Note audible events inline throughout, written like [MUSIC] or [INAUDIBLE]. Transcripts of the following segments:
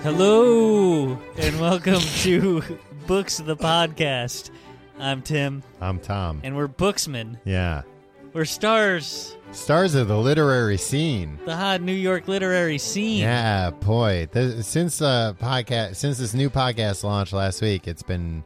Hello and welcome to [LAUGHS] Books the podcast. I'm Tim I'm Tom. and we're booksmen. Yeah. We're stars, Stars of the literary scene. the hot New York literary scene. Yeah, boy. Th since uh, podcast, since this new podcast launched last week, it's been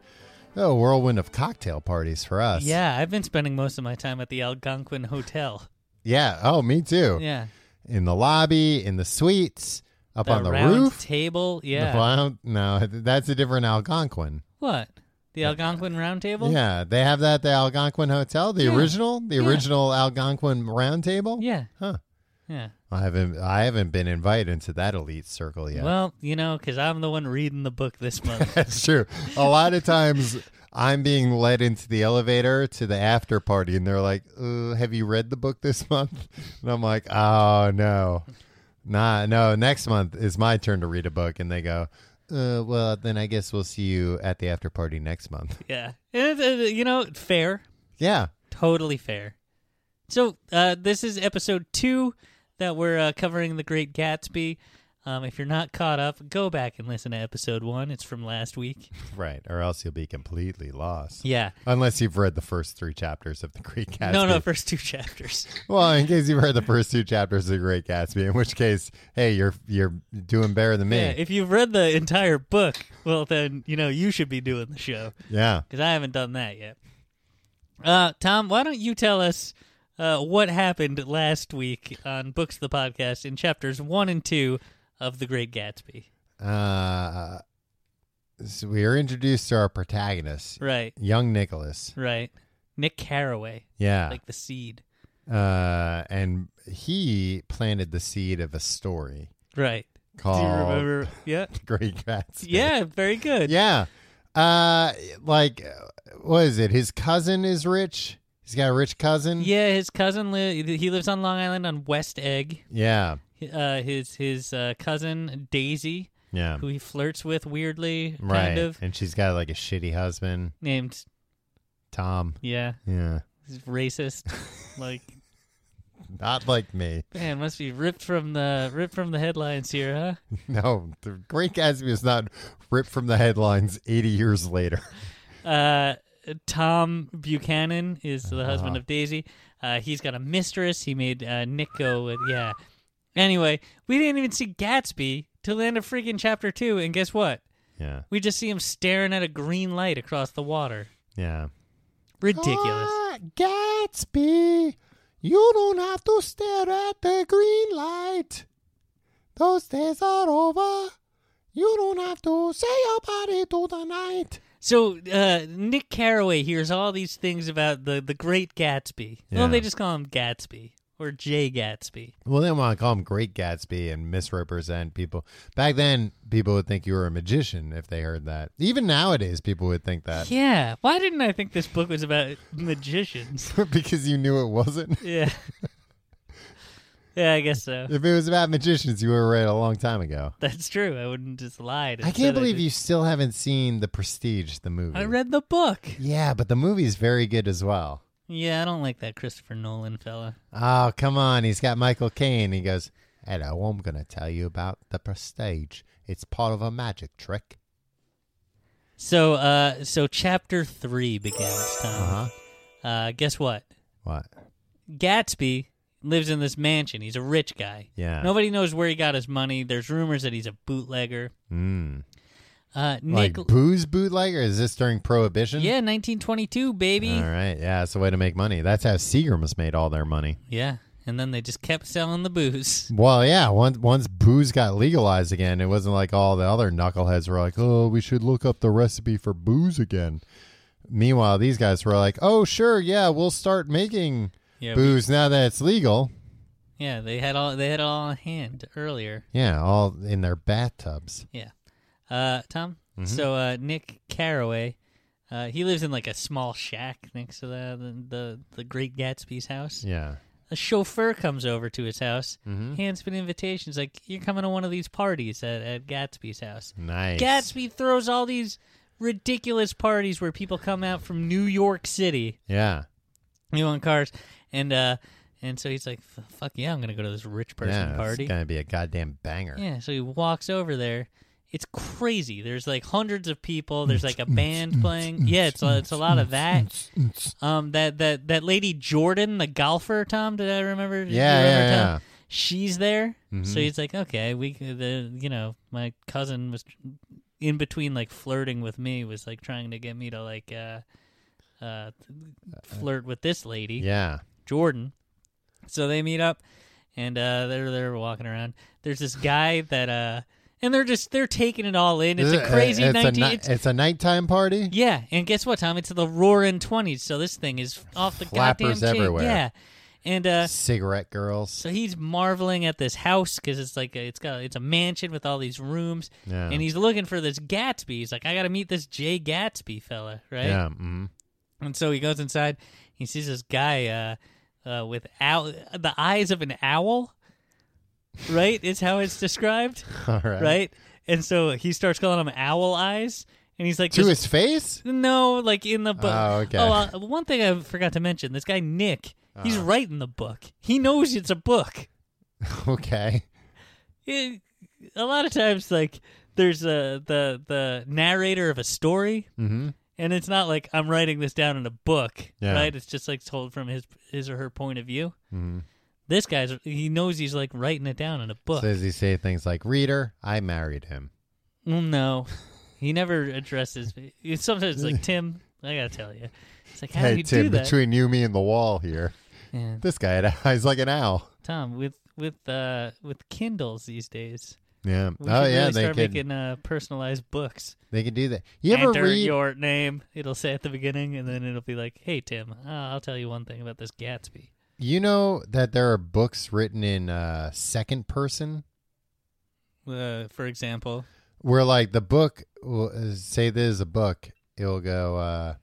a whirlwind of cocktail parties for us. Yeah, I've been spending most of my time at the Algonquin Hotel. Yeah. Oh, me too. Yeah. In the lobby, in the suites, up on the round roof. table. Yeah. Well, I don't- no, that's a different Algonquin. What? The Algonquin round table? Yeah, they have that at the Algonquin Hotel, the Yeah. original, the Yeah. original Algonquin Round Table. Yeah. Huh. Yeah. I haven't, I haven't been invited into that elite circle yet. Well, you know, because I'm the one reading the book [LAUGHS] this month. That's true. A lot of times I'm being led into the elevator to the after party, and they're like, uh, "Have you read the book this [LAUGHS] month?" And I'm like, "Oh no, nah, no. Next month is my turn to read a book." And they go, uh, "Well, then I guess we'll see you at the after party next month." [LAUGHS] yeah. And, uh, you know, fair. Yeah, Totally fair. So uh, this is episode two that we're uh, covering the Great Gatsby. Um, if you're not caught up, go back and listen to episode one. It's from last week. right. Or else you'll be completely lost. Yeah. Unless you've read the first three chapters of The Great Gatsby. No, no, first two chapters. Well, in case you've read the first two chapters of The Great Gatsby, in which case, hey, you're you're doing better than me. Yeah, if you've read the entire book, well, then you know you should be doing the show yeah. because I haven't done that yet. Uh, Tom, why don't you tell us uh, what happened last week on Books the Podcast in chapters one and two of The Great Gatsby? Uh, so we are introduced to our protagonist, Right. young Nicholas. Right. Nick Carraway, Yeah. like the seed. uh, and he planted the seed of a story Right. Do called you remember? Yeah. Oh. [LAUGHS] Great Gatsby. Yeah, very good. Yeah. Uh, like, uh, what is it? His cousin is rich. He's got a rich cousin. Yeah, his cousin li- he lives on Long Island on West Egg. Yeah. Uh, his his uh, cousin Daisy, Yeah. who he flirts with weirdly, kind right. of And she's got like a shitty husband, named Tom. yeah, Yeah. he's racist. [LAUGHS] like Not like me. [LAUGHS] man, must be ripped from the ripped from the headlines here, huh? No, the Great Gatsby is not ripped from the headlines 80 years later. Uh, Tom Buchanan is the Uh-huh. husband of Daisy. Uh, he's got a mistress. He made uh, Nick go with yeah. Anyway, we didn't even see Gatsby till the end of freaking chapter two, and guess what? Yeah. We just see him staring at a green light across the water. Yeah. Ridiculous. Ah, Gatsby, you don't have to stare at the green light. Those days are over. You don't have to say your body to the night. So uh, Nick Carraway hears all these things about the the Great Gatsby. Well, Yeah. they just call him Gatsby or Jay Gatsby. Well, they want to call him Great Gatsby and misrepresent people. Back then, people would think you were a magician if they heard that. Even nowadays, people would think that Yeah. Why didn't I think this book was about magicians? [LAUGHS] because you knew it wasn't. Yeah. [LAUGHS] yeah, I guess so. If it was about magicians, you were right a long time ago. That's true. I wouldn't just lied. I can't believe you still haven't seen The Prestige, the movie. I read the book. Yeah, but the movie's very good as well. Yeah, I don't like that Christopher Nolan fella. Oh, come on. He's got Michael Caine. He goes, Hello, I'm going to tell you about the prestige. It's part of a magic trick. So, uh, so chapter three begins. Tom. Uh huh. uh guess what? What? Gatsby lives in this mansion. He's a rich guy. Yeah. Nobody knows where he got his money. There's rumors that he's a bootlegger. Mm. Uh, Like Nick. booze bootlegger? Is this during Prohibition? yeah, 1922, baby. All right. Yeah, that's a way to make money. That's how Seagrams made all their money. Yeah, and then they just kept selling the booze. [LAUGHS] Well, yeah. Once once booze got legalized again, it wasn't like all the other knuckleheads were like, "Oh, we should look up the recipe for booze again." Meanwhile, these guys were like, "Oh, sure, yeah, we'll start making Yeah, we- booze now that it's legal." yeah, they had all they had it all on hand earlier. Yeah, all in their bathtubs. Yeah. Uh, Tom. So uh, Nick Carraway, uh, he lives in like a small shack next to the the, the, the Great Gatsby's house. Yeah. A chauffeur comes over to his house, hands him an invitation. He's like, "You're coming to one of these parties at, at Gatsby's house." Nice. Gatsby throws all these ridiculous parties where people come out from New York City, Yeah. new on cars, and uh, and so he's like, "F- "Fuck yeah, I'm gonna go to this rich person yeah, party." It's going to be a goddamn banger. Yeah, so he walks over there It's crazy. There's like hundreds of people. There's like a band playing. Yeah, it's a, it's a lot of that. Um, that that that lady Jordan, the golfer, Tom. Did I remember? did you Yeah, yeah, remember, Tom? yeah. She's there. So Mhm. he's like, okay, we c- the you know my cousin was in between like flirting with me was like trying to get me to like uh uh flirt with this lady. Yeah. Jordan. So they meet up, and uh, they're they're walking around. There's this guy that, uh, and they're just they're taking it all in. It's Uh, a crazy it's nineteen. A ni- it's- it's a nighttime party. yeah, and guess what, Tom? It's the roaring twenties. So this thing is off the Flappers goddamn chain. everywhere. Yeah, and uh, Cigarette girls. so he's marveling at this house because it's like a, it's got it's a mansion with all these rooms, Yeah. and he's looking for this Gatsby. He's like, I got to meet this Jay Gatsby fella, right? Yeah. mhm. And so he goes inside. He sees this guy uh, uh, with owl- the eyes of an owl, right? is how it's described, [LAUGHS] All [LAUGHS] right. right? And so he starts calling him owl eyes. And he's like, To this- [LAUGHS] his face. no, like in the book. Oh, okay. uh, one thing I forgot to mention this guy, Nick, he's Uh-huh. writing the book. He knows it's a book. Okay. It- a lot of times, like, there's a, the, the narrator of a story Mm-hmm. and it's not like I'm writing this down in a book, Yeah. right? It's just like told from his his or her point of view. Mhm. This guy's he knows he's like writing it down in a book. So does he say things like, "Reader, I married him"? Well, no, he never addresses. me. It's sometimes [LAUGHS] like Tim. I gotta tell you, it's like how do hey you Tim, do that? between you, me, and the wall here, Yeah, this guy [LAUGHS] had eyes like an owl. Tom with with uh with Kindles these days. Yeah. We oh should yeah, really they start can making uh, personalized books. they can do that. You ever Enter read? your name. It'll say at the beginning, and then it'll be like, "Hey Tim, uh, I'll tell you one thing about this Gatsby." You know that there are books written in uh, second person, Uh, for example, where like the book will uh, say this is a book. It'll go, uh,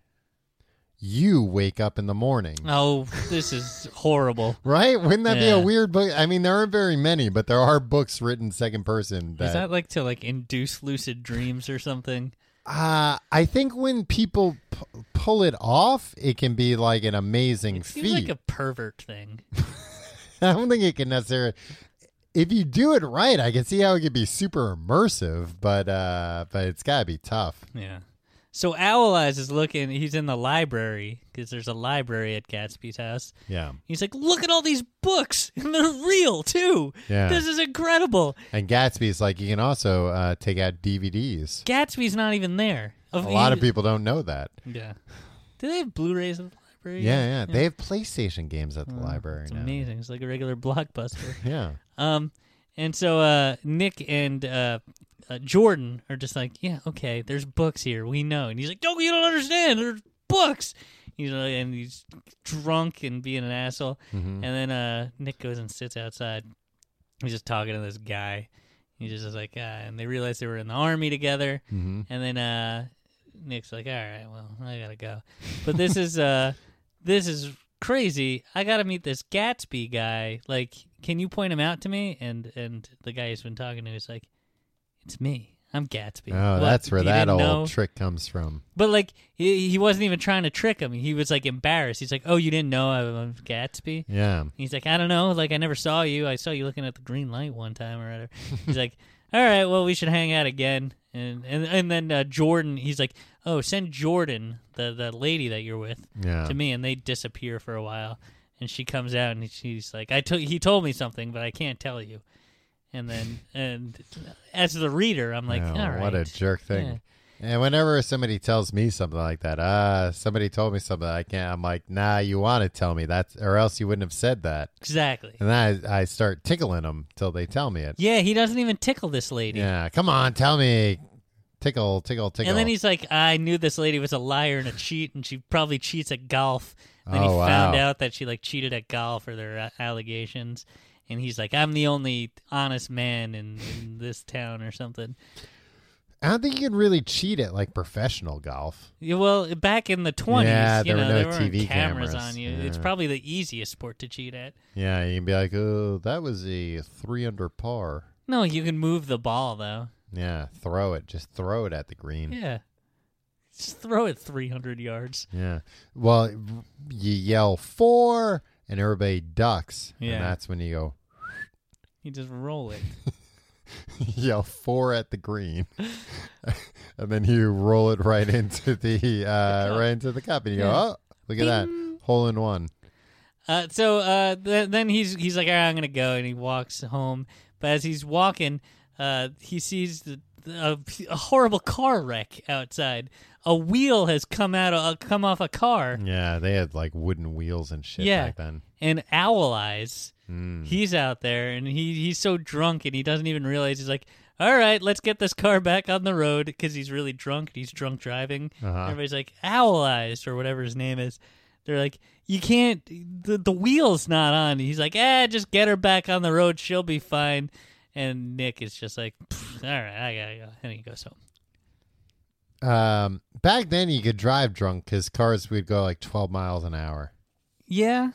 "You wake up in the morning." Oh, this is horrible. Right? Wouldn't that be a Yeah. weird book? I mean, there aren't very many, but there are books written second person. Is that like to like induce lucid dreams or something? Uh, I think when people p- pull it off, it can be like an amazing It seems like feat. a pervert thing. [LAUGHS] I I don't think it can necessarily. If you do it right, I can see how it could be super immersive, but uh, but it's gotta be tough. Yeah. So Owl Eyes is looking. He's in the library because there's a library at Gatsby's house. Yeah, He's like, look at all these books, [LAUGHS] and they're real too. Yeah. This is incredible. and Gatsby's like you can also uh, take out DVDs. Gatsby's not even there. A lot of people don't know that. Yeah. Do they have Blu-rays at the library? Yeah, yeah, they have PlayStation games at the library It's now. amazing. It's like a regular [LAUGHS] blockbuster. Yeah, Um, and so uh, Nick and uh, uh, Jordan are just like, yeah, okay, there's books here, we know. And he's like, no, you don't understand. There's books. You know, and he's drunk and being an asshole. Hmm. And Mm-hmm. then uh, Nick goes and sits outside. He's just talking to this guy. He's just is like, uh, and they realize they were in the army together. hmm And then uh, Nick's like, all right, well, I gotta go. But this is uh, [LAUGHS] this is crazy. I gotta meet this Gatsby guy. Like, can you point him out to me? And and the guy he's been talking to is like, it's me. I'm Gatsby. oh, What? that's where You that didn't old know? trick comes from. But like, he, he wasn't even trying to trick him. He was like embarrassed. He's like, oh, you didn't know I'm Gatsby. Yeah, He's like, I don't know. Like, I never saw you. I saw you looking at the green light one time or other. He's like, [LAUGHS] all right, well, we should hang out again. And and and then uh, Jordan, he's like, oh, send Jordan, the the lady that you're with, yeah. to me. And they disappear for a while. And she comes out and she's like, I told he told me something, but I can't tell you. And [LAUGHS] then and as the reader, I'm like, Oh, all right, what a jerk thing. And whenever somebody tells me something like that, ah, somebody told me something I can't. I'm like, nah, you want to tell me that, or else you wouldn't have said that. exactly. And then I, I start tickling them till they tell me it. Yeah, he doesn't even tickle this lady. Yeah, come on, tell me, tickle, tickle, tickle. And then he's like, I knew this lady was a liar and a cheat, and she probably cheats at golf. And then he Oh, wow. found out that she like cheated at golf for their uh, allegations. And he's like, I'm the only honest man in, in this town or something. I don't think you can really cheat at like professional golf. Yeah, Well, back in the 20s, Yeah, you there were know, no there weren't TV cameras, cameras. on you. It's Yeah. probably the easiest sport to cheat at. Yeah, you can be like, oh, that was a three under par. No, you can move the ball, though. Yeah, throw it, just throw it at the green. Yeah. Just throw it 300 yards. Yeah. Well, you yell four, and everybody ducks. Yeah. And that's when you go, You just roll it. [LAUGHS] yell four at the green, [LAUGHS] and then you roll it right into the uh, right into the cup, and you Yeah. go, oh, look at that hole in one. Uh, so uh, th- then he's he's like, All right, I'm gonna go, and he walks home. But as he's walking, uh, he sees the, a, a horrible car wreck outside. A wheel has come out, of, uh, come off a car, Yeah, they had like wooden wheels and shit Yeah. back then. and Owl Eyes, Mm. he's out there, and he he's so drunk, and he doesn't even realize he's like. All right, let's get this car back on the road because he's really drunk. and He's drunk driving. Uh-huh. Everybody's like owl eyes or whatever his name is. They're like, you can't. The the wheel's not on. He's like, ah, just get her back on the road. She'll be fine. And Nick is just like, "Pfft, all right, I gotta go. And he goes home. Um, back then you could drive drunk because cars would go like twelve miles an hour. Yeah,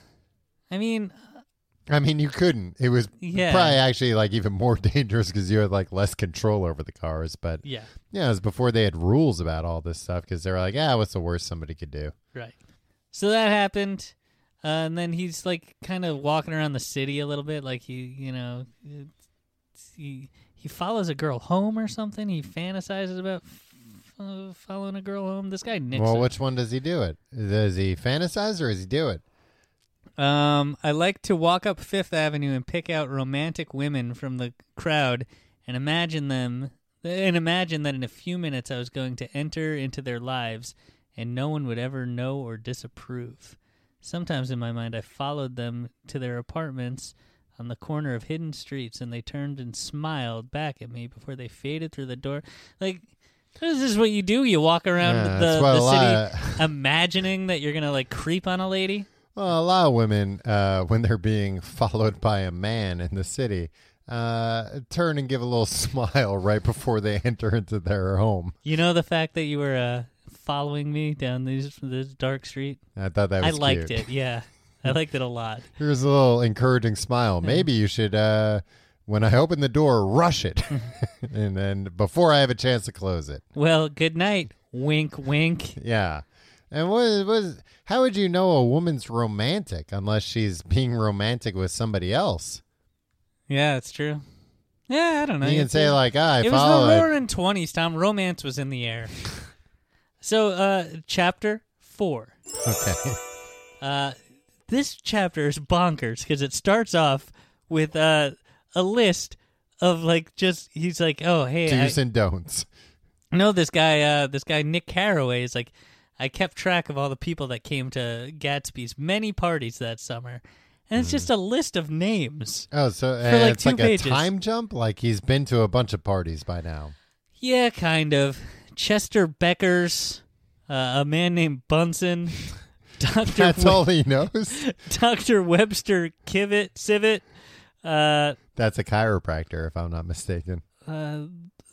I mean, I mean, you couldn't. It was Yeah. probably actually like even more [LAUGHS] dangerous because you had like less control over the cars. But yeah, yeah, it was before they had rules about all this stuff because they were like, ah, what's the worst somebody could do? right. So that happened, uh, and then he's like, kind of walking around the city a little bit, like he, you know, it's- he he follows a girl home or something. He fantasizes about. f- Uh, following a girl home. This guy Nick's Well, a- which one does he do it? Does he fantasize or does he do it? Um, I like to walk up Fifth Avenue and pick out romantic women from the crowd and imagine them and imagine that in a few minutes I was going to enter into their lives and no one would ever know or disapprove. Sometimes in my mind I followed them to their apartments on the corner of hidden streets and they turned and smiled back at me before they faded through the door. Like this is what you do. You walk around Yeah, the, that's what a the lot city of- imagining that you're gonna like creep on a lady. Well, a lot of women, uh, [LAUGHS] when they're being followed by a man in the city, uh, turn and give a little [LAUGHS] smile right before they [LAUGHS] enter into their home. You know the fact that you were uh, following me down these this dark street. I thought that I was liked cute. it. Yeah, I liked it a lot. Here's a little encouraging smile. Maybe you should, uh, when I open the door, [LAUGHS] rush it, [LAUGHS] and then before I have a chance to close it. Well, good night. Wink, wink. Yeah. And what is, what is, how would you know a woman's romantic unless she's being romantic with somebody else? Yeah, it's true. Yeah, I don't know. You can It's- say like, ah, I it was follow the it. roaring twenties. Tom, romance was in the [LAUGHS] air. so, uh, chapter four. [LAUGHS] Okay. [LAUGHS] Uh, this chapter is bonkers because it starts off with uh, a list of like just he's like, oh hey, I- Do's and don'ts. No, this guy, uh, this guy Nick Carraway is like, I kept track of all the people that came to Gatsby's many parties that summer, and it's Mm-hmm. just a list of names. Oh, so uh, like, it's two like pages. a time jump. Like he's been to a bunch of parties by now. Yeah, kind of. Chester Beckers, uh, a man named [LAUGHS] Bunsen, Doctor That's all he knows. [LAUGHS] Doctor Webster Kivett Civet, uh, That's a chiropractor, if I'm not mistaken. uh,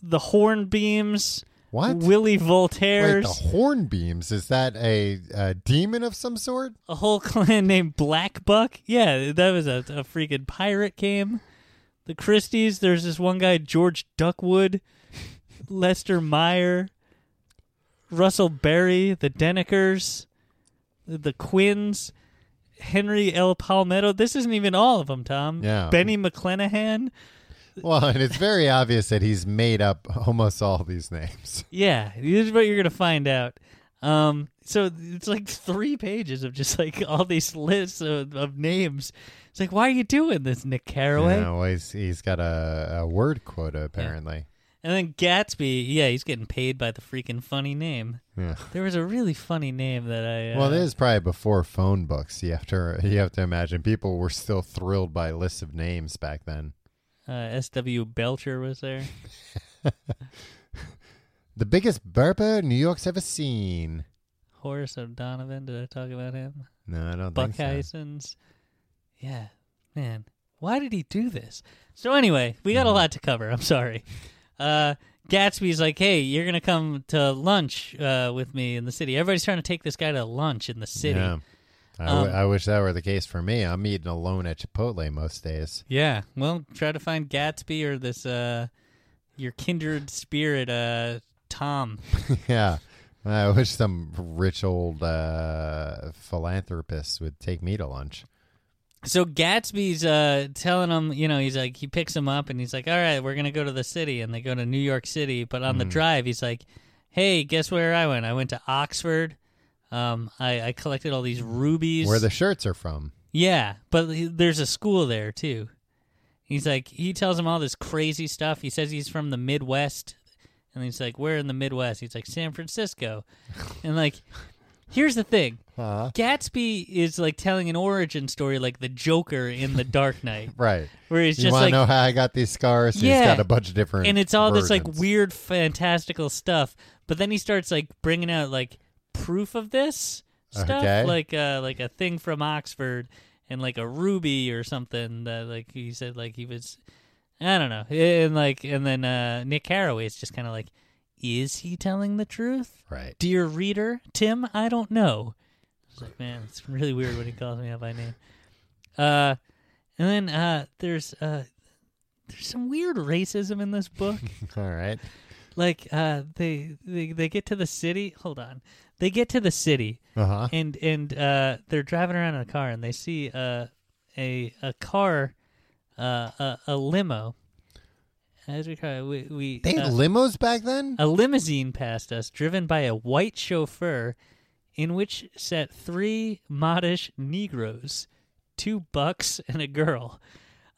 the Hornbeams, What? Willie Wait, Voltaire's, the hornbeams. Is that a, a demon of some sort? a whole [LAUGHS] clan named Black Buck. Yeah, that was a, a freaking pirate game. The Christies, there's this one guy, George Duckwood, [LAUGHS] Lester Meyer, Russell Berry, the Denekers, the Quins, Henry L. Palmetto. This isn't even all of them, Tom. Yeah. Benny McClenahan. Well, and it's very obvious that he's made up almost all [LAUGHS] these names. Yeah, this is what you're gonna find out. Um, so it's like three pages of just like all these lists of, of names. It's like, why are you doing this, Nick Carraway? Yeah, well, he's, he's got a, a word quota apparently. And then Gatsby, yeah, he's getting paid by the freaking funny name. Yeah. There was a really funny name that I. Uh, Well, this is probably before phone books. You have to you have to imagine people were still thrilled by lists of names back then. uh, S.W. Belcher was there. The biggest burper New York's ever seen. Horace O'Donovan, did I talk about him? No, I don't Buck think so. Heisens. Yeah, man, why did he do this? So anyway, we got a lot to cover. I'm sorry. Uh, Gatsby's like, hey, you're gonna come to lunch uh, with me in the city. Everybody's trying to take this guy to lunch in the city. Yeah. I, w- Um, I wish that were the case for me. I'm eating alone at Chipotle most days. Yeah. Well, try to find Gatsby or this uh your kindred spirit uh Tom. yeah. I wish some rich old uh, philanthropist would take me to lunch. So Gatsby's uh, telling him, you know, he's like, he picks him up and he's like, all right, we're going to go to the city. And they go to New York City. But on Mm. the drive, he's like, hey, guess where I went? I went to Oxford. Um, I, I collected all these rubies. Where the shirts are from. Yeah, but he- there's a school there too. He's like, he tells him all this crazy stuff. He says he's from the Midwest, and he's like, "Where in the Midwest?" He's like, "San Francisco," and like, here's the thing: Huh? Gatsby is like telling an origin story, like the Joker in The [LAUGHS] Dark Knight, Right. where he's you just want to like, know how I got these scars? Yeah. He's got a bunch of different. and it's all this like versions. weird, fantastical stuff. But then he starts like bringing out like proof of this stuff, Okay. like uh, like a thing from Oxford and like a ruby or something that like he said like he was, I don't know, and like and then uh, Nick Haraway is just kind of like, is he telling the truth, Right. dear reader Tim? I don't know. It's like man, it's really weird when he calls me out by name. Uh, and then uh, there's uh, there's some weird racism in this book All right. like uh they, they they get to the city hold on they get to the city Uh huh. and and uh they're driving around in a car and they see uh a a car uh a, a limo as we call it we, we They had uh, limos back then? a limousine passed us driven by a white chauffeur in which sat three modish negroes two bucks and a girl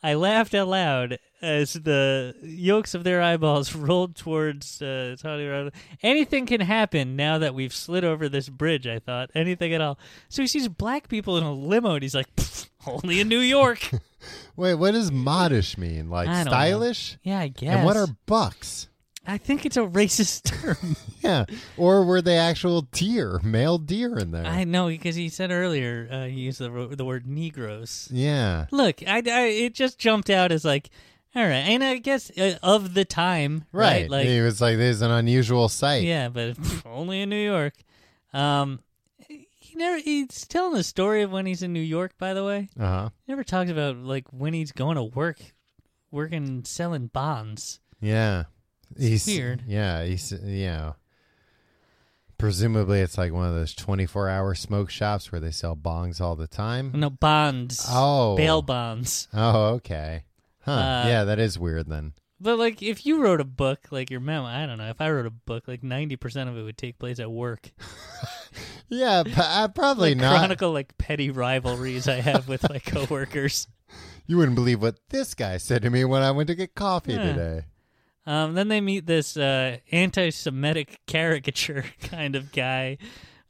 i laughed out loud as the yolks of their eyeballs [LAUGHS] rolled towards uh, Tony Rod- anything can happen now that we've slid over this bridge i thought anything at all so he sees black people in a limo and he's like "Pfft, only in new [LAUGHS] york Wait, what does modish mean? Like I don't know. stylish? yeah i guess And what are bucks? i think it's a racist [LAUGHS] term Yeah. Or were they actual deer, male deer in there? I know because he said earlier uh, he used the ro- the word Negroes. yeah. Look, I, I it just jumped out as like, all right, and I guess uh, of the time, right? Right. Like, he was like, this is an unusual sight. yeah, but [LAUGHS] only in New York. Um, he never he's telling the story of when he's in New York. By the way, Uh huh. he never talks about like when he's going to work, working selling bonds. Yeah. He's weird. Yeah. He's, yeah. Presumably, it's like one of those 24 hour smoke shops where they sell bongs all the time. No bonds. Oh. bail bonds. Oh, okay. Huh. Uh, yeah, that is weird then. But like, if you wrote a book, like your memo, I don't know. If I wrote a book, like ninety percent of it would take place at work. Yeah, p- uh, probably Like, not. Chronicle like petty rivalries I have with my coworkers. You wouldn't believe what this guy said to me when I went to get coffee Yeah. today. Um, then they meet this uh, anti-Semitic caricature [LAUGHS] kind of guy.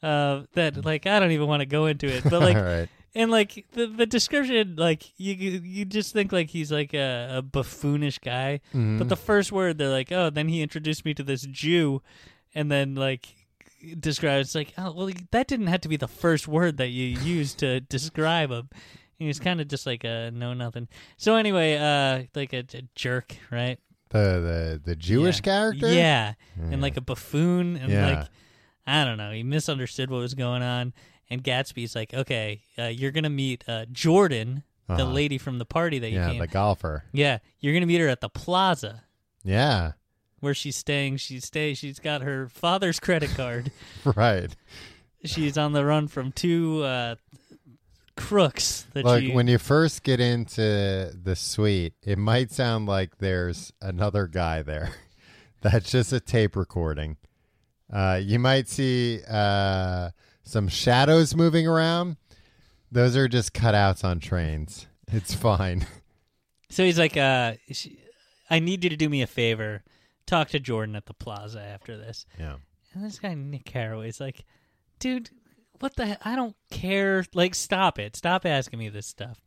Uh, that like I don't even want to go into it, but [LAUGHS] all like right. and like the the description like you you you just think like he's like a, a buffoonish guy, Mm-hmm. but the Mm. first word they're like oh then he introduced me to this Jew, and then like describes like oh well that didn't have to be the first word that you used [LAUGHS] to describe him. And he's kind of just like a no nothing. So anyway, uh, like a, a jerk, right? The the the Jewish Yeah. character. Yeah. And like a buffoon and Yeah. like I don't know, he misunderstood what was going on and Gatsby's like, "Okay, uh, you're going to meet uh, Jordan, the Uh-huh. lady from the party that you Yeah, came. the golfer. yeah, you're going to meet her at the plaza Yeah, [LAUGHS] where she's staying. She stays she's got her father's credit card. right. she's on the run from two uh, crooks that Look, she when you first get into the suite, it might sound like there's another guy there. [LAUGHS] That's just a tape recording. Uh, you might see uh, some shadows moving around. Those are just cutouts on trains. It's fine. So he's like, uh, sh I need you to do me a favor. Talk to Jordan at the plaza after this. Yeah. [LAUGHS] And this guy Nick Haraway's like, dude, what the? he- I don't care. Like, stop it. Stop asking me this stuff.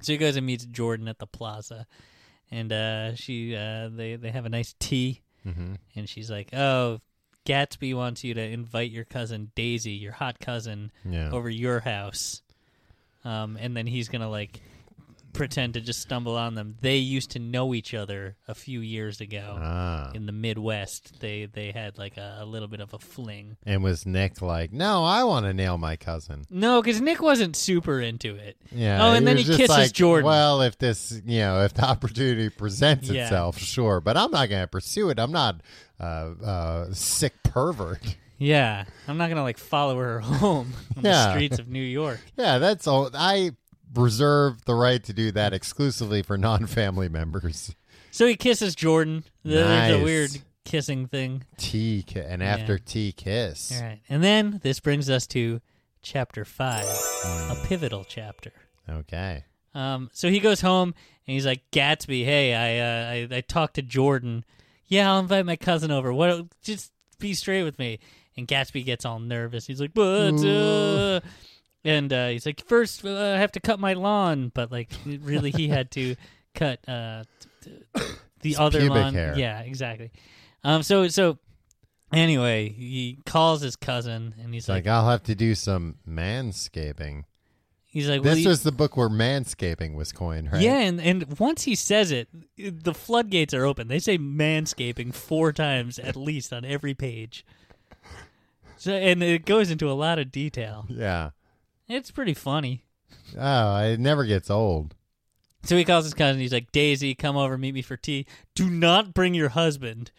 So he goes and meets Jordan at the plaza, and uh, she uh, they they have a nice tea, Mm-hmm. and she's like, oh, Gatsby wants you to invite your cousin Daisy, your hot cousin, Yeah. over your house, um, and then he's gonna like pretend to just stumble on them. They used to know each other a few years ago Ah. in the Midwest. They they had like a, a little bit of a fling. And was Nick like, no, I want to nail my cousin? No, because Nick wasn't super into it. Yeah. Oh, and then was he just kisses like, Jordan. Well, if this, you know, if the [LAUGHS] opportunity presents Yeah. itself, sure, but I'm not going to pursue it. I'm not a uh, uh, sick pervert. [LAUGHS] Yeah, I'm not gonna like follow her [LAUGHS] home on Yeah. the streets of New York. yeah, that's all. I reserve the right to do that exclusively for non-family members. [LAUGHS] So he kisses Jordan. The, There's Nice. a weird kissing thing. T ki- and after T kiss. All right. And then this brings us to chapter five, a pivotal chapter. Okay. Um, so he goes home and he's like, Gatsby, hey, I, uh, I, I talked to Jordan. Yeah, I'll invite my cousin over. What? Just be straight with me. And Gatsby gets all nervous. He's like, but, uh," and uh, he's like, first uh, I have to cut my lawn, but like, really, he had [LAUGHS] to cut uh, t- t- the other pubic lawn. hair. Yeah, exactly. Um, so so anyway, he calls his cousin and he's It's like like, I'll have to do some manscaping. he's like, This "Will you- was the book where manscaping was coined, right? Yeah, and, and once he says it, the floodgates are open. They say manscaping four times at least on every page. So and it goes into a lot of detail. Yeah. It's pretty funny. Oh, it never gets old. So he calls his cousin. He's like, "Daisy, come over, meet me for tea. Do not bring your [LAUGHS] husband,"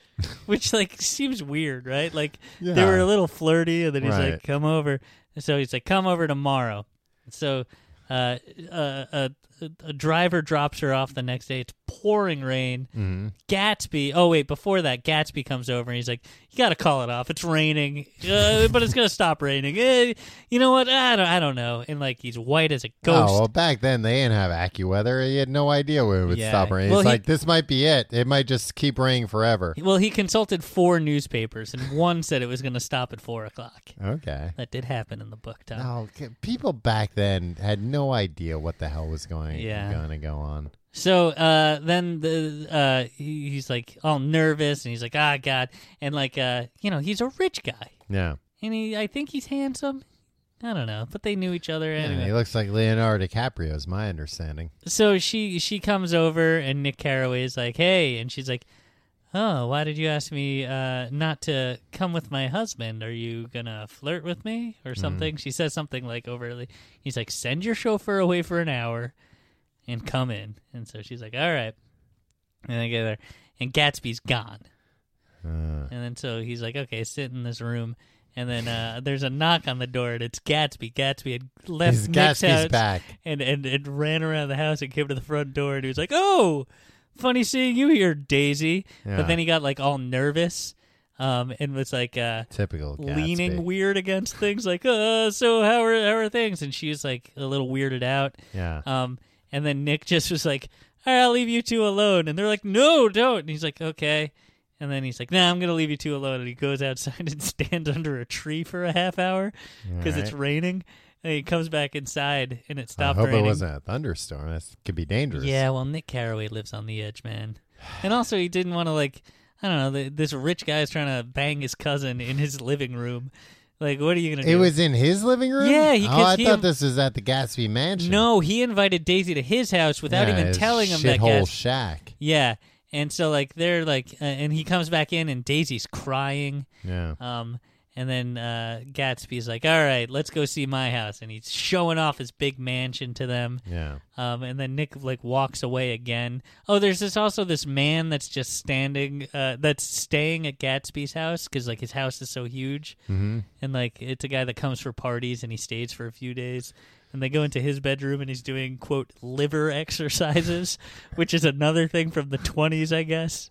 which like seems weird, right? Like they Yeah. were a little flirty, and then he's like, Right. "Come over." And so he's like, "Come over tomorrow." So uh, uh, a, a, a driver drops her off the next day. It's pouring rain. Mhm. Gatsby. Oh wait, before that, Gatsby comes over and he's like, "You got to call it off. It's raining, uh, but it's gonna stop raining. Eh, you know what? I don't. I don't know." And like he's white as a ghost. Oh, well, back then they didn't have AccuWeather. He had no idea when it would Yeah. stop raining. Well, it's he- like, this might be it. It might just keep raining forever. Well, he consulted four newspapers, and one said it was going to stop at four o'clock. Okay. That did happen in the book, Tom. Oh, c- people back then had no idea what the hell was going Yeah. going to go on. So uh, then the uh, he, he's like all nervous, and he's like, "Ah, God!" And like, uh, you know, he's a rich guy, Yeah. and he, I think he's handsome. I don't know, but they knew each other Yeah, anyway. he looks like Leonardo DiCaprio, is my understanding. so she she comes over, and Nick Carraway is like, "Hey," and she's like, "Oh, why did you ask me uh, not to come with my husband? Are you gonna flirt with me or something?" She says something like overtly. He's like, "Send your chauffeur away for an hour, and come in." And so she's like, "All right," and they get there, and Gatsby's gone. Uh, And then so he's like, "Okay, sit in this room." And then uh, there's a knock on the door, and it's Gatsby. Gatsby had left his Nick's Gatsby's house back. and, and and ran around the house and came to the front door and he was like, "Oh, funny seeing you here, Daisy." Yeah. But then he got like all nervous, um, and was like uh, Typical Gatsby. leaning weird against things, like, "Uh, so how are how are things?" And she was like a little weirded out, Yeah. um, and then Nick [LAUGHS] just was like, "All right, I'll leave you two alone," and they're like, "No, don't," and he's like, "Okay." And then he's like, "Nah, I'm gonna leave you two alone." And he goes outside [LAUGHS] and stands under a tree for a half hour [LAUGHS] because it's Alright. raining. And he comes back inside and it I stopped hope raining. it wasn't a thunderstorm. That could be dangerous. Yeah, well, Nick Carraway lives on the edge, man. And also, he didn't want to like, I don't know. th this rich guy is trying to bang his cousin in his living room. Like, what are you gonna It do? was in his living room? Yeah, he- oh, 'cause I he- thought this was at the Gatsby mansion. no. He invited Daisy to his house without Yeah, even his telling him that. shithole Gats- shack. yeah, and so like they're like, uh, and he comes back in, and Daisy's crying. Yeah. Um, and then uh, Gatsby's like, "All right, let's go see my house," and he's showing off his big mansion to them. Yeah. Um, and then Nick like walks away again. Oh, there's this also this man that's just standing, uh, that's staying at Gatsby's house because like his house is so huge, Mm-hmm. and like it's a guy that comes for parties and he stays for a few days. And they go into his bedroom and he's doing quote liver [LAUGHS] exercises, which is another thing from the 20s, I guess.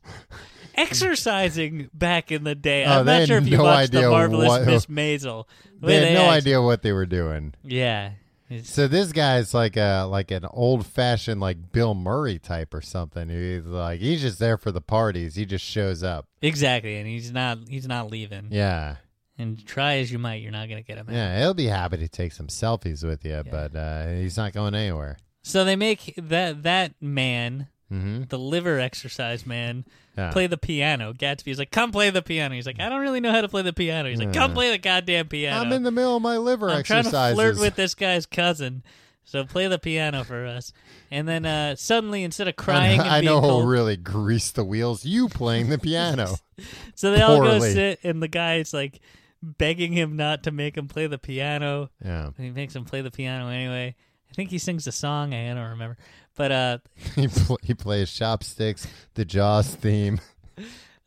Exercising back in the day. Oh, I'm they not had sure if you no watched the idea marvelous what- Miss Maisel. The way They had no act- idea what they were doing. Yeah. It's- So this guy's like a like an old fashioned like Bill Murray type or something. He's like he's just there for the parties. He just shows up. Exactly, and he's not he's not leaving. Yeah. And try as you might, you're not gonna get him. out. Yeah, he'll be happy to take some selfies with you, but uh, he's not going anywhere. So they make that that man, Mm-hmm. the liver exercise man, Yeah. play the piano. Gatsby's like, "Come play the piano." He's like, "I don't really know how to play the piano." He's like, "Come Yeah. play the goddamn piano." I'm in the middle of my liver I'm trying exercises. to flirt with this guy's cousin. So play the piano for us. And then uh, suddenly, instead of crying, and [LAUGHS] I know being who'll cold- really grease the wheels. You playing [LAUGHS] the piano. so they all go poorly. sit, and the guy's like begging him not to make him play the piano. yeah, And he makes him play the piano anyway. I think he sings a song. I don't remember, but uh, [LAUGHS] he pl- he plays chopsticks, the Jaws theme.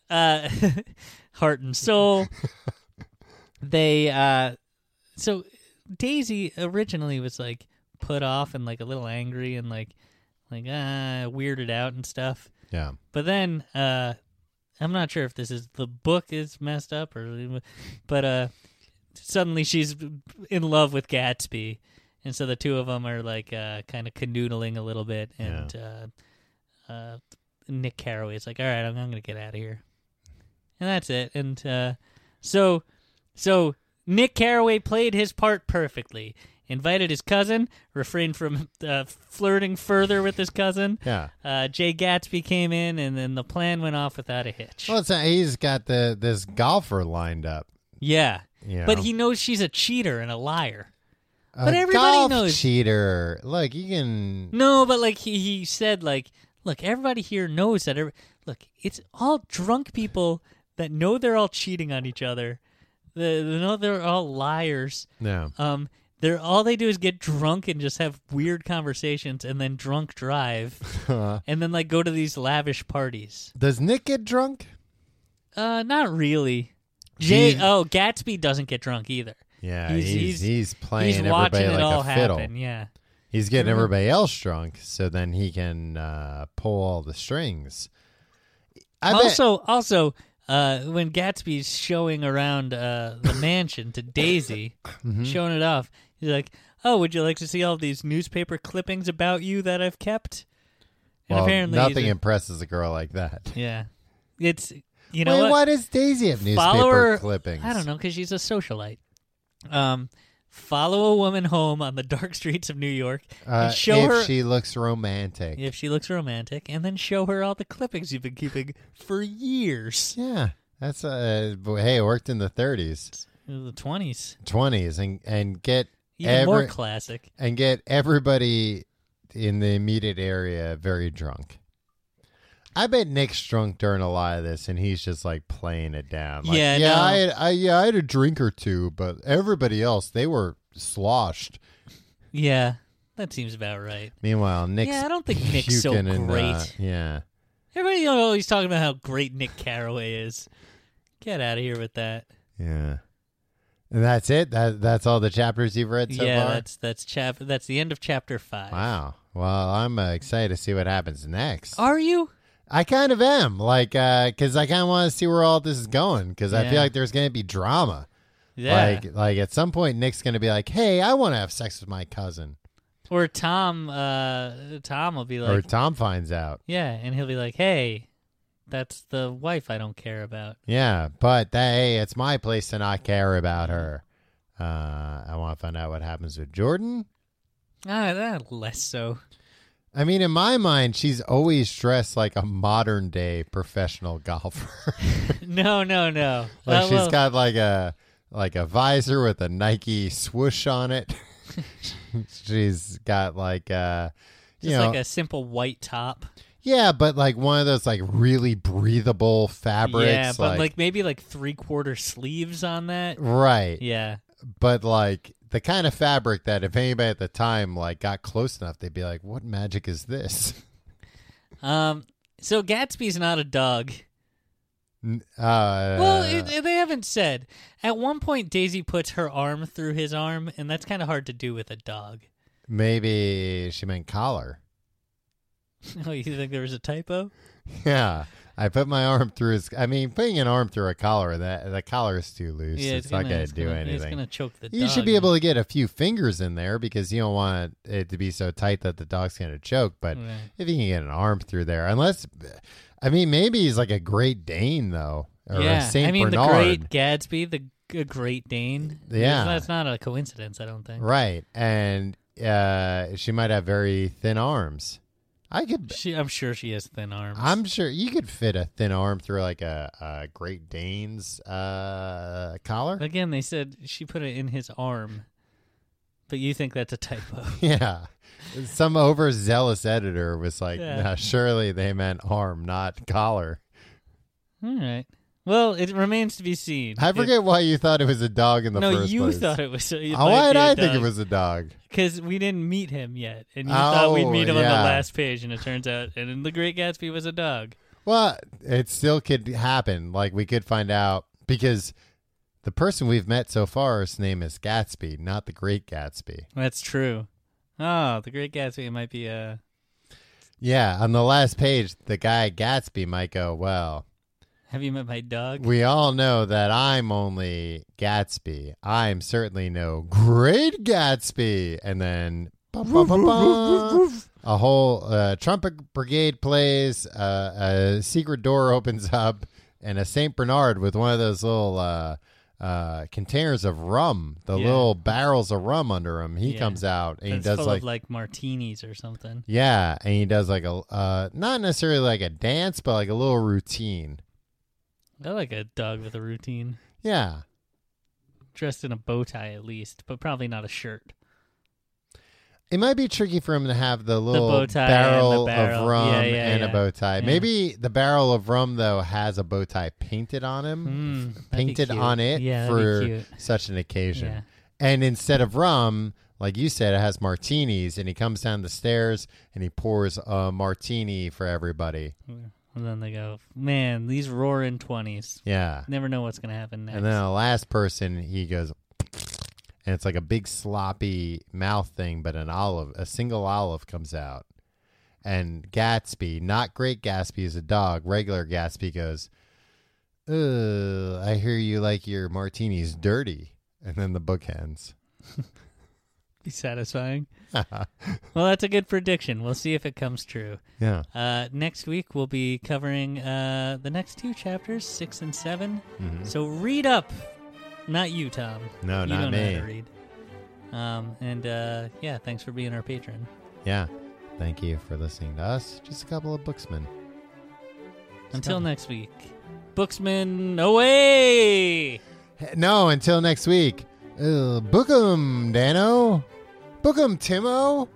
uh, [LAUGHS] heart and soul. they uh, so Daisy originally was like, put off and like a little angry and like like uh weirded out and stuff. Yeah. But then uh I'm not sure if this is the book is messed up or but uh suddenly she's in love with Gatsby. And so the two of them are like uh kind of canoodling a little bit and uh uh Nick Carraway is like, "All right, I'm, I'm going to get out of here." And that's it. And uh so so Nick Carraway played his part perfectly. Invited his cousin, refrained from uh, flirting further with his cousin. Yeah. Uh, Jay Gatsby came in, and then the plan went off without a hitch. Well, it's not, he's got the this golfer lined up. yeah. You know? But he knows she's a cheater and a liar. a but everybody golf knows- cheater. Look, you can. No, but like he, he said, like, look, everybody here knows that. Every- look, it's all drunk people that know they're all cheating on each other. They, they know they're all liars. Yeah. [LAUGHS] Um, they're all they do is get drunk and just have weird conversations, and then drunk [LAUGHS] drive, and then like go to these lavish parties. Does Nick get drunk? Uh, not really. Jay, He's- oh, Gatsby doesn't get drunk either. Yeah, He's- he's he's, he's- playing He's everybody watching like it all a fiddle. happen. Mm-hmm. Yeah, He's getting everybody else drunk, so then he can uh, pull all the strings. I bet- also, also, uh, when Gatsby's showing around uh, [LAUGHS] the mansion to Daisy, showing it off, he's like, "Oh, would you like to see all these newspaper clippings about you that I've kept?" And well, apparently, he's nothing a- impresses a girl like that. yeah, it's you know Wait, what? why does Daisy have newspaper Follower- clippings? I don't know because she's a socialite. Um, follow a woman home on the dark [LAUGHS] streets of New York Uh, and show if her she looks romantic. if she looks romantic, and then show her all the clippings you've been keeping for years, Yeah, that's uh, but hey, it worked in the 30s, In the twenties, 20s, and and get even more Every- classic. and get everybody in the immediate area very drunk. I bet Nick's drunk during a lot of this, and he's just like playing it down. Like, Yeah, yeah, no. I, had, I yeah, I had a drink or two, but everybody else they were sloshed. Yeah, that seems about right. Meanwhile, Nick's yeah, I don't think Nick's so puking and, uh, great. yeah, Everybody always talking about how great Nick Carraway is. Get out of here with that. yeah. And that's it. That that's all the chapters you've read so yeah, far. that's that's chap. That's the end of chapter five. Wow. Well, I'm uh, excited to see what happens next. Are you? I kind of am, like, because I kind of want to see where all this is going, because I feel Yeah. like there's going to be drama. Yeah. Like, like at some point, Nick's going to be like, "Hey, I want to have sex with my cousin," or Tom? Uh, Tom will be like, or Tom finds out. yeah, and he'll be like, hey, that's the wife I don't care about. Yeah, but that, hey, it's my place to not care about her. Uh, I want to find out what happens with Jordan. Ah, that less so. [LAUGHS] I mean, in my mind, she's always dressed like a modern day professional golfer. [LAUGHS] no, no, no. Like Uh, she's well, got like a like a visor with a Nike swoosh on it. [LAUGHS] she's got like uh you just know, like a simple white top. yeah, but like one of those like really breathable fabrics. yeah, but like, maybe like three quarter sleeves on that. right, Yeah. but like the kind of fabric that if anybody at the time like got close enough, they'd be like, "What magic is this?" [LAUGHS] Um. So Gatsby's not a dog. N- Uh, well, it, it- they haven't said. At one point, Daisy puts her arm through his arm, and that's kind of hard to do with a dog. [LAUGHS] maybe she meant collar. oh, you think there was a typo? Yeah. I put my arm through his. I mean, putting an arm through a collar, that the collar is too loose. it's, not gonna- going it's to do gonna- It's anything. gonna choke the. You should be able to get a few fingers in there because you don't want it to be so tight that the dog's going to choke. But Right. if you can get an arm through there, unless, I mean, maybe he's like a Great Dane though, or yeah, a Saint I mean Bernard, the Great Gatsby, the g- Great Dane. Yeah. that's not a coincidence. I don't think. right? And uh, she might have very thin arms. I could. She, I'm sure she has thin arms. I'm sure you could fit a thin arm through like a, a Great Dane's uh, collar. [LAUGHS] Again, they said she put it in his arm, but you think that's a typo. [LAUGHS] [LAUGHS] Yeah. Some overzealous editor was like, Yeah. "Nah, surely they meant arm, not collar. All right. Well, it remains to be seen. I If- forget why you thought it was a dog in the no, first you place. thought it was. it Oh, might why did be a I think it dog. was a dog? because we didn't meet him yet, and you thought we'd Oh, meet him on yeah. the last page, and it turns out, and then the Great Gatsby was a dog. Well, it still could happen. Like, we could find out because the person we've met so far's name is Gatsby, not the great Gatsby. That's true. Oh, The Great Gatsby might be uh Yeah, on the last page, the guy Gatsby might go, Well, Have you met my dog? we all know that I'm only Gatsby. I'm certainly no great Gatsby. And then bum, bum, bum, bum, a whole uh, trumpet brigade plays, uh, a secret door [LAUGHS] opens up, and a St. Bernard with one of those little. Uh, uh, containers of rum, the Yeah. little barrels of rum under him. He Yeah. comes out and he That's does full like of like martinis or something. yeah, and he does like a uh, not necessarily like a dance, but like a little routine. I like a dog with a routine, Yeah, dressed in a bow tie at least, but probably not a shirt. it might be tricky for him to have the little bow tie and the barrel, barrel. of rum Yeah, yeah, and yeah. a bow tie. Yeah. Maybe the barrel of rum though has a bow tie painted on him, Mm, that'd be painted cute. on it yeah, that'd be for cute. such an occasion. Yeah. And instead of rum, like you said, it has martinis, and he comes down the stairs and he pours a martini for everybody. And then they go, man, these roaring twenties. Yeah. Never know what's gonna happen next. And then the last person, he goes, and it's like a big sloppy mouth thing, but an olive, a single olive comes out. And Gatsby, not great Gatsby, is a dog. Regular Gatsby goes, Ugh, I hear you like your martinis dirty. And then the book ends. [LAUGHS] be satisfying. well, that's a good prediction. We'll see if it comes true. Yeah. Uh, next week we'll be covering uh, the next two chapters, six and 7 Mm-hmm. So read up, not you, Tom. No, you not don't Know how to me. read. Um, and uh, yeah, thanks for being our patron. Yeah. Thank you for listening to us. Just a couple of booksmen. Until next week, Booksman away. Hey, No, until next week. Ugh, book 'em, Dano. Book 'em, Timo.